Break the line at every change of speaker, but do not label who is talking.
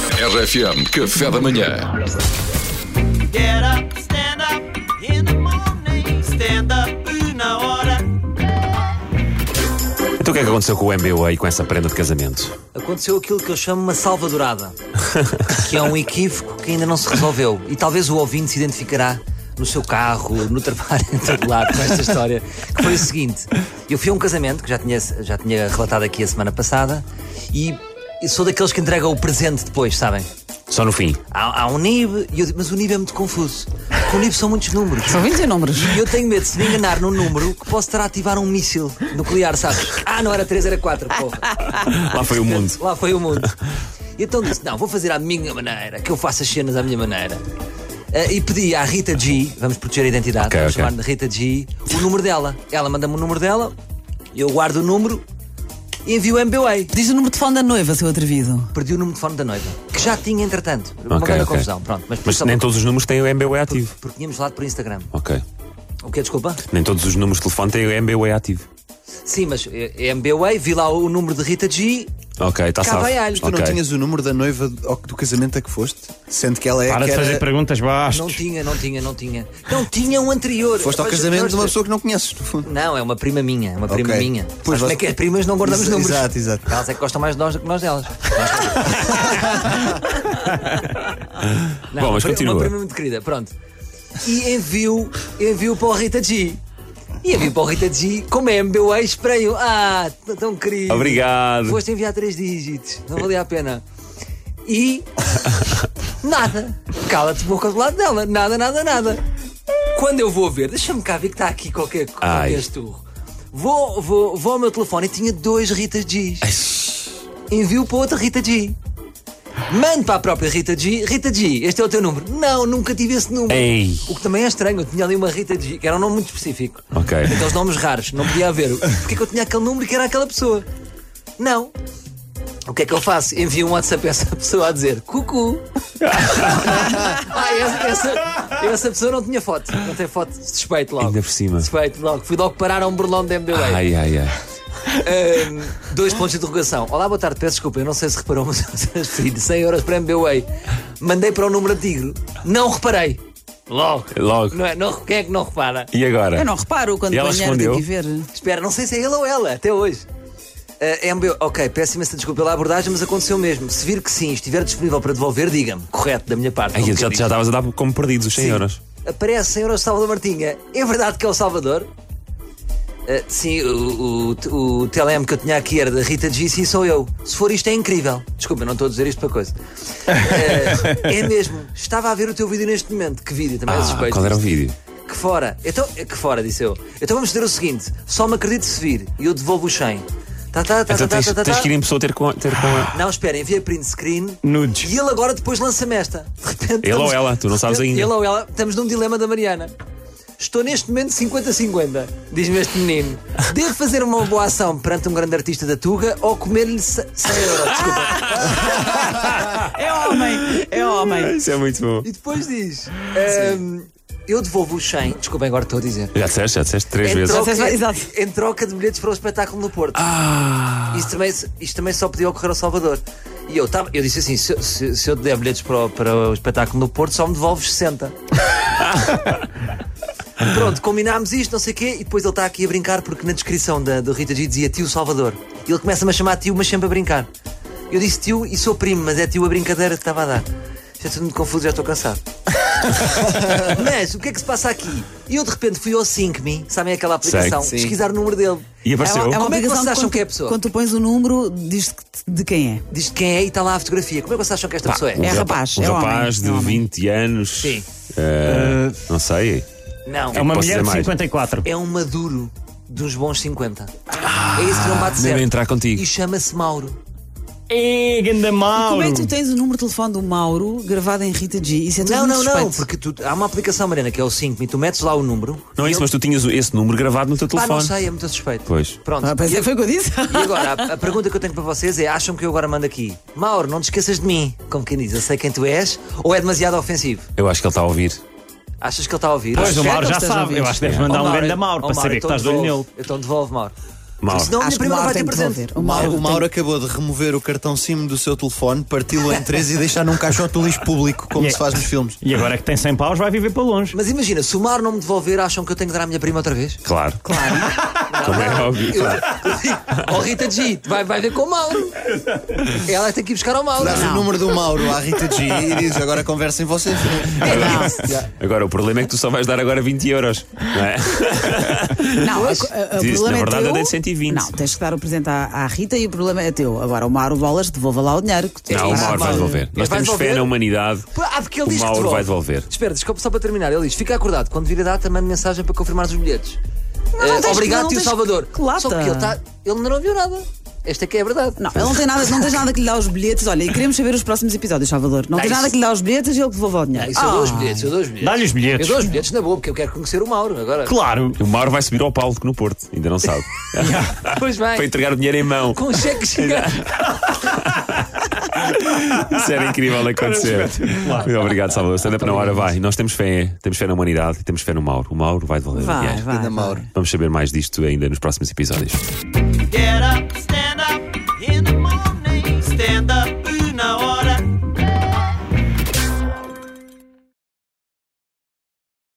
RFM, café da manhã.
Get up, stand up in the morning. Stand up na hora.
Então o que é que aconteceu com o MBA e com essa prenda de casamento?
Aconteceu aquilo que eu chamo uma salvadorada, que é um equívoco que ainda não se resolveu. E talvez o ouvinte se identificará no seu carro, no trabalho, em todo lado, com esta história, que foi o seguinte: eu fui a um casamento, que já tinha, já tinha relatado aqui a semana passada, e e sou daqueles que entregam o presente depois, sabem?
Só no fim.
Há, há um NIB, e eu digo, mas o NIB é muito confuso. Porque o NIB são muitos números.
São 20 números.
E eu tenho medo de se me enganar num número que posso estar a ativar um míssil nuclear, sabes? Ah, não era 3, era 4, porra.
Lá foi o mundo.
Lá foi o mundo. E então disse: não, vou fazer à minha maneira, que eu faço as cenas à minha maneira. Ah, e pedi à Rita G, vamos proteger a identidade,
Ok,
vamos
ok.
chamar-lhe Rita G, o número dela. Ela manda-me o número dela, eu guardo o número e envio o MBA.
Diz o número de telefone da noiva, seu atrevido.
Perdi o número de telefone da noiva, que já tinha entretanto. uma
Ok,
grande
ok.
confusão, pronto. Mas, por
Mas
isso-
nem todos os números têm o MBA ativo.
Porque tínhamos falado por Instagram.
Ok. Oh.
O que é, desculpa?
Nem todos os números de telefone têm o MBA ativo.
Sim, mas eh, MBA, vi lá o número de Rita G.
Ok, está
Cá
salvo.
vai alho.
Mas tu não
Ok.
tinhas o número da noiva do, ao- do casamento a que foste? Sendo que ela é
Para
que
de
era...
fazer perguntas
Não
baixas.
tinha, não tinha, não tinha. Não tinha um anterior.
Foste ao
Mas-
casamento de uma
mas-
pessoa que não conheces, no fundo.
Não, é uma prima minha, é uma prima
Ok.
minha.
Pois
Pois
você-
como é que é primas não guardamos
Ex-
números.
exato, exato.
Elas é que gostam mais de nós do que nós delas. Não,
Bom, mas
uma pri-
continua.
Uma prima muito querida, pronto. E envio, envio para o Rita G. E envio para o Rita G, como é MBA, espreio. Ah, t- tão querido.
Obrigado.
Foste enviar três dígitos, não valia a pena. E. nada. Cala-te boca do lado dela, nada, nada, nada. Quando eu vou ver, deixa-me cá ver que está aqui qualquer,
Ai.
qualquer esturro. Vou, vou, vou ao meu telefone e tinha dois Ritas Gs. Envio para outra Rita G. Mando para a própria Rita G. Rita G, este é o teu número. Não, nunca tive esse número.
Ei.
O que também é estranho, eu tinha ali uma Rita G, que era um nome muito específico.
Ok.
Aqueles nomes raros, não podia haver. Porquê que eu tinha aquele número que era aquela pessoa? Não. O que é que eu faço? Envio um WhatsApp a essa pessoa a dizer Cucu. ah, essa, essa- essa pessoa não tinha foto. Não tem foto. Suspeito logo.
Ainda por cima.
Suspeito logo. Fui logo parar a um burlão da MBA.
Ai, ai, ai.
Ahm, dois pontos de interrogação. Olá, boa tarde, peço desculpa, eu não sei se reparou, mas eu transferi de 100 euros para MBWay. Mandei para o número antigo. Não reparei. Logo.
Logo.
Não é? Não, quem é que não repara?
E agora?
Eu não reparo quando
E ela
banheiro tenho que ir ver.
respondeu?
Espera, não sei se é ele ou ela, até hoje. Ah, MBWay, ok, peço imensa desculpa pela abordagem, mas aconteceu mesmo. Se vir que sim, estiver disponível para devolver, diga-me. Correto, da minha parte. um
Ai,
não
já
me
já estavas a dar como perdidos os 100 euros.
Aparece Senhor Salvador Martinha. É verdade que é o Salvador? Ah, sim, o, o, o TLM que eu tinha aqui era da Rita G. Sim, sou eu. Se for isto, é incrível. Desculpa, eu não estou a dizer isto para coisa. Ah, é mesmo. Estava a ver o teu vídeo neste momento. Que vídeo? Também é
Ah,
suspeito.
qual era o vídeo?
Que fora. Então, que fora, disse eu. Então vamos fazer o seguinte: só me acredito se vir e eu devolvo o 100. Tá, tá, tá,
Então
tá,
tens,
tá, tá,
tens
tá.
que ir em pessoa ter com, ter com a.
Não, espera, envia print screen.
Nudes.
E ele agora depois lança-me esta. De repente.
Ele ou ela, tu não sabes
de repente,
ainda.
Ele ou ela, estamos num dilema da Mariana. Estou neste momento 50-50, diz-me este menino. Devo fazer uma boa ação perante um grande artista da Tuga ou comer-lhe ce- 100 euros? Desculpa.
É homem, é homem.
Isso é muito bom.
E depois diz: ehm, Eu devolvo o 100. Desculpem, agora estou a dizer.
Já disseste, já disseste três
Em
vezes.
troca,
Exato.
em troca de bilhetes para o espetáculo no Porto.
Ah.
Isto, também, isto também só podia ocorrer ao Salvador. E eu, tava, eu disse assim: se, se- se eu te der bilhetes para o, para o espetáculo no Porto, só me devolves 60. Pronto, combinámos isto, não sei o quê, e depois ele está aqui a brincar porque na descrição da, do Rita G dizia tio Salvador. E ele começa-me a chamar tio, mas sempre a brincar. Eu disse tio e sou primo, mas é tio a brincadeira que estava a dar. Já estou muito confuso, já estou cansado. Mas o que é que se passa aqui? Eu de repente fui ao SyncMe, sabem aquela aplicação,
Sim.
pesquisar o número dele.
E apareceu.
É
Como
uma
Como é que vocês
obrigação de
acham
quando
que é a
tu-
pessoa?
Quando tu pões o número, diz de quem é.
Diz quem é e está lá a fotografia. Como é que vocês acham que esta pessoa é?
É rapaz,
um
é homem,
rapaz
é
de
homem.
20 anos.
Sim.
Eh, não sei.
Não,
É uma
Posso dizer
mulher
mais?
de 54.
é um maduro dos bons 50. é isso que não bate
Devem
certo.
entrar contigo.
E chama-se Mauro.
É, ganda
Como é
Mauro.
que tu tens o número de telefone do Mauro gravado em Rita G? Isso é tudo
Não,
muito
não, não,
suspeito.
porque tu, há uma aplicação, Mariana, que é o 5 e tu metes lá o número.
Não é
e
isso,
ele-
mas tu tinhas esse número gravado no teu
Pá, não
telefone.
sei, é muito suspeito.
Pois.
Pronto.
Ah, pois é, foi o que eu disse?
E agora, a, a pergunta que eu tenho para vocês é: acham que eu agora mando aqui? Mauro, não te esqueças de mim. Como quem diz, eu sei quem tu és, ou é demasiado ofensivo?
Eu acho que ele está a ouvir.
Achas que ele está a ouvir?
Pois, o
que é
Mauro
que
já
estás a
sabe.
ouvir?
Eu acho que deves mandar um ganda Mauro para saber que estás de olho nele.
Então devolve, Mauro.
Mauro.
Senão a minha
Acho que o
prima não
Mauro
vai ter
tem que
presente.
devolver.
É, O Mauro,
tem-
o Mauro acabou de remover o cartão SIM do seu telefone, parti-lo em três e deixar num caixote do lixo público, como
Yeah.
se faz nos filmes.
E agora que tem 100 paus, vai viver para longe.
Mas imagina, se o Mauro não me devolver, acham que eu tenho que dar à minha prima outra vez?
Claro.
Claro.
Como é óbvio.
Eu,
Claro.
eu digo, oh Rita G, vai, vai ver com o Mauro. Ela tem que ir buscar ao Mauro.
Dás o número do Mauro à Rita G e dizes agora conversem vocês.
Não.
Agora, o problema é que tu só vais dar agora 20 euros. Não é?
Não,
Pois.
a- a- a- o
Diz,
problema
na verdade,
é
é
teu.
de 120.
Não, tens que dar o presente à, à Rita e o problema é teu. Agora, o Mauro Bolas, devolva lá o dinheiro. Que tu
Não, o
tens.
Mauro vai devolver. Nós
Vai
temos fé
devolver?
na humanidade.
Ah, porque ele
O
diz que
Mauro
devolve.
vai devolver.
Espera, desculpa só para terminar. Ele diz: fica acordado, quando vir a data, manda mensagem para confirmar os bilhetes.
não
Eh,
tens que-
obrigado,
não
tio
tens
Salvador.
que- que lata.
Só que ele, tá, ele ainda não viu nada. Esta é que é a verdade.
Não, ele não tem nada, não tens nada que lhe dar os bilhetes. Olha, e queremos saber os próximos episódios, Salvador. Não
Dá
É
tens
isso.
nada que lhe dar os bilhetes e ele que devolva o
Ah,
dinheiro.
Isso eu dou os
Ah.
bilhetes, eu dou os bilhetes.
Dá-lhe os bilhetes.
Eu dou os bilhetes na boa, porque eu quero conhecer o Mauro agora.
Claro.
O Mauro vai subir ao palco no Porto. Ainda não sabe.
Pois bem.
Para entregar o dinheiro em mão.
Com um cheques chegados.
Isso era incrível acontecer. Muito obrigado, Salvador. Stand-up na hora, vai. Nós temos fé, temos fé na humanidade e temos fé no Mauro. O Mauro vai devolver o
Vai,
tá.
dinheiro.
vai.
Mauro.
Vamos saber mais disto ainda nos próximos episódios.
Get up.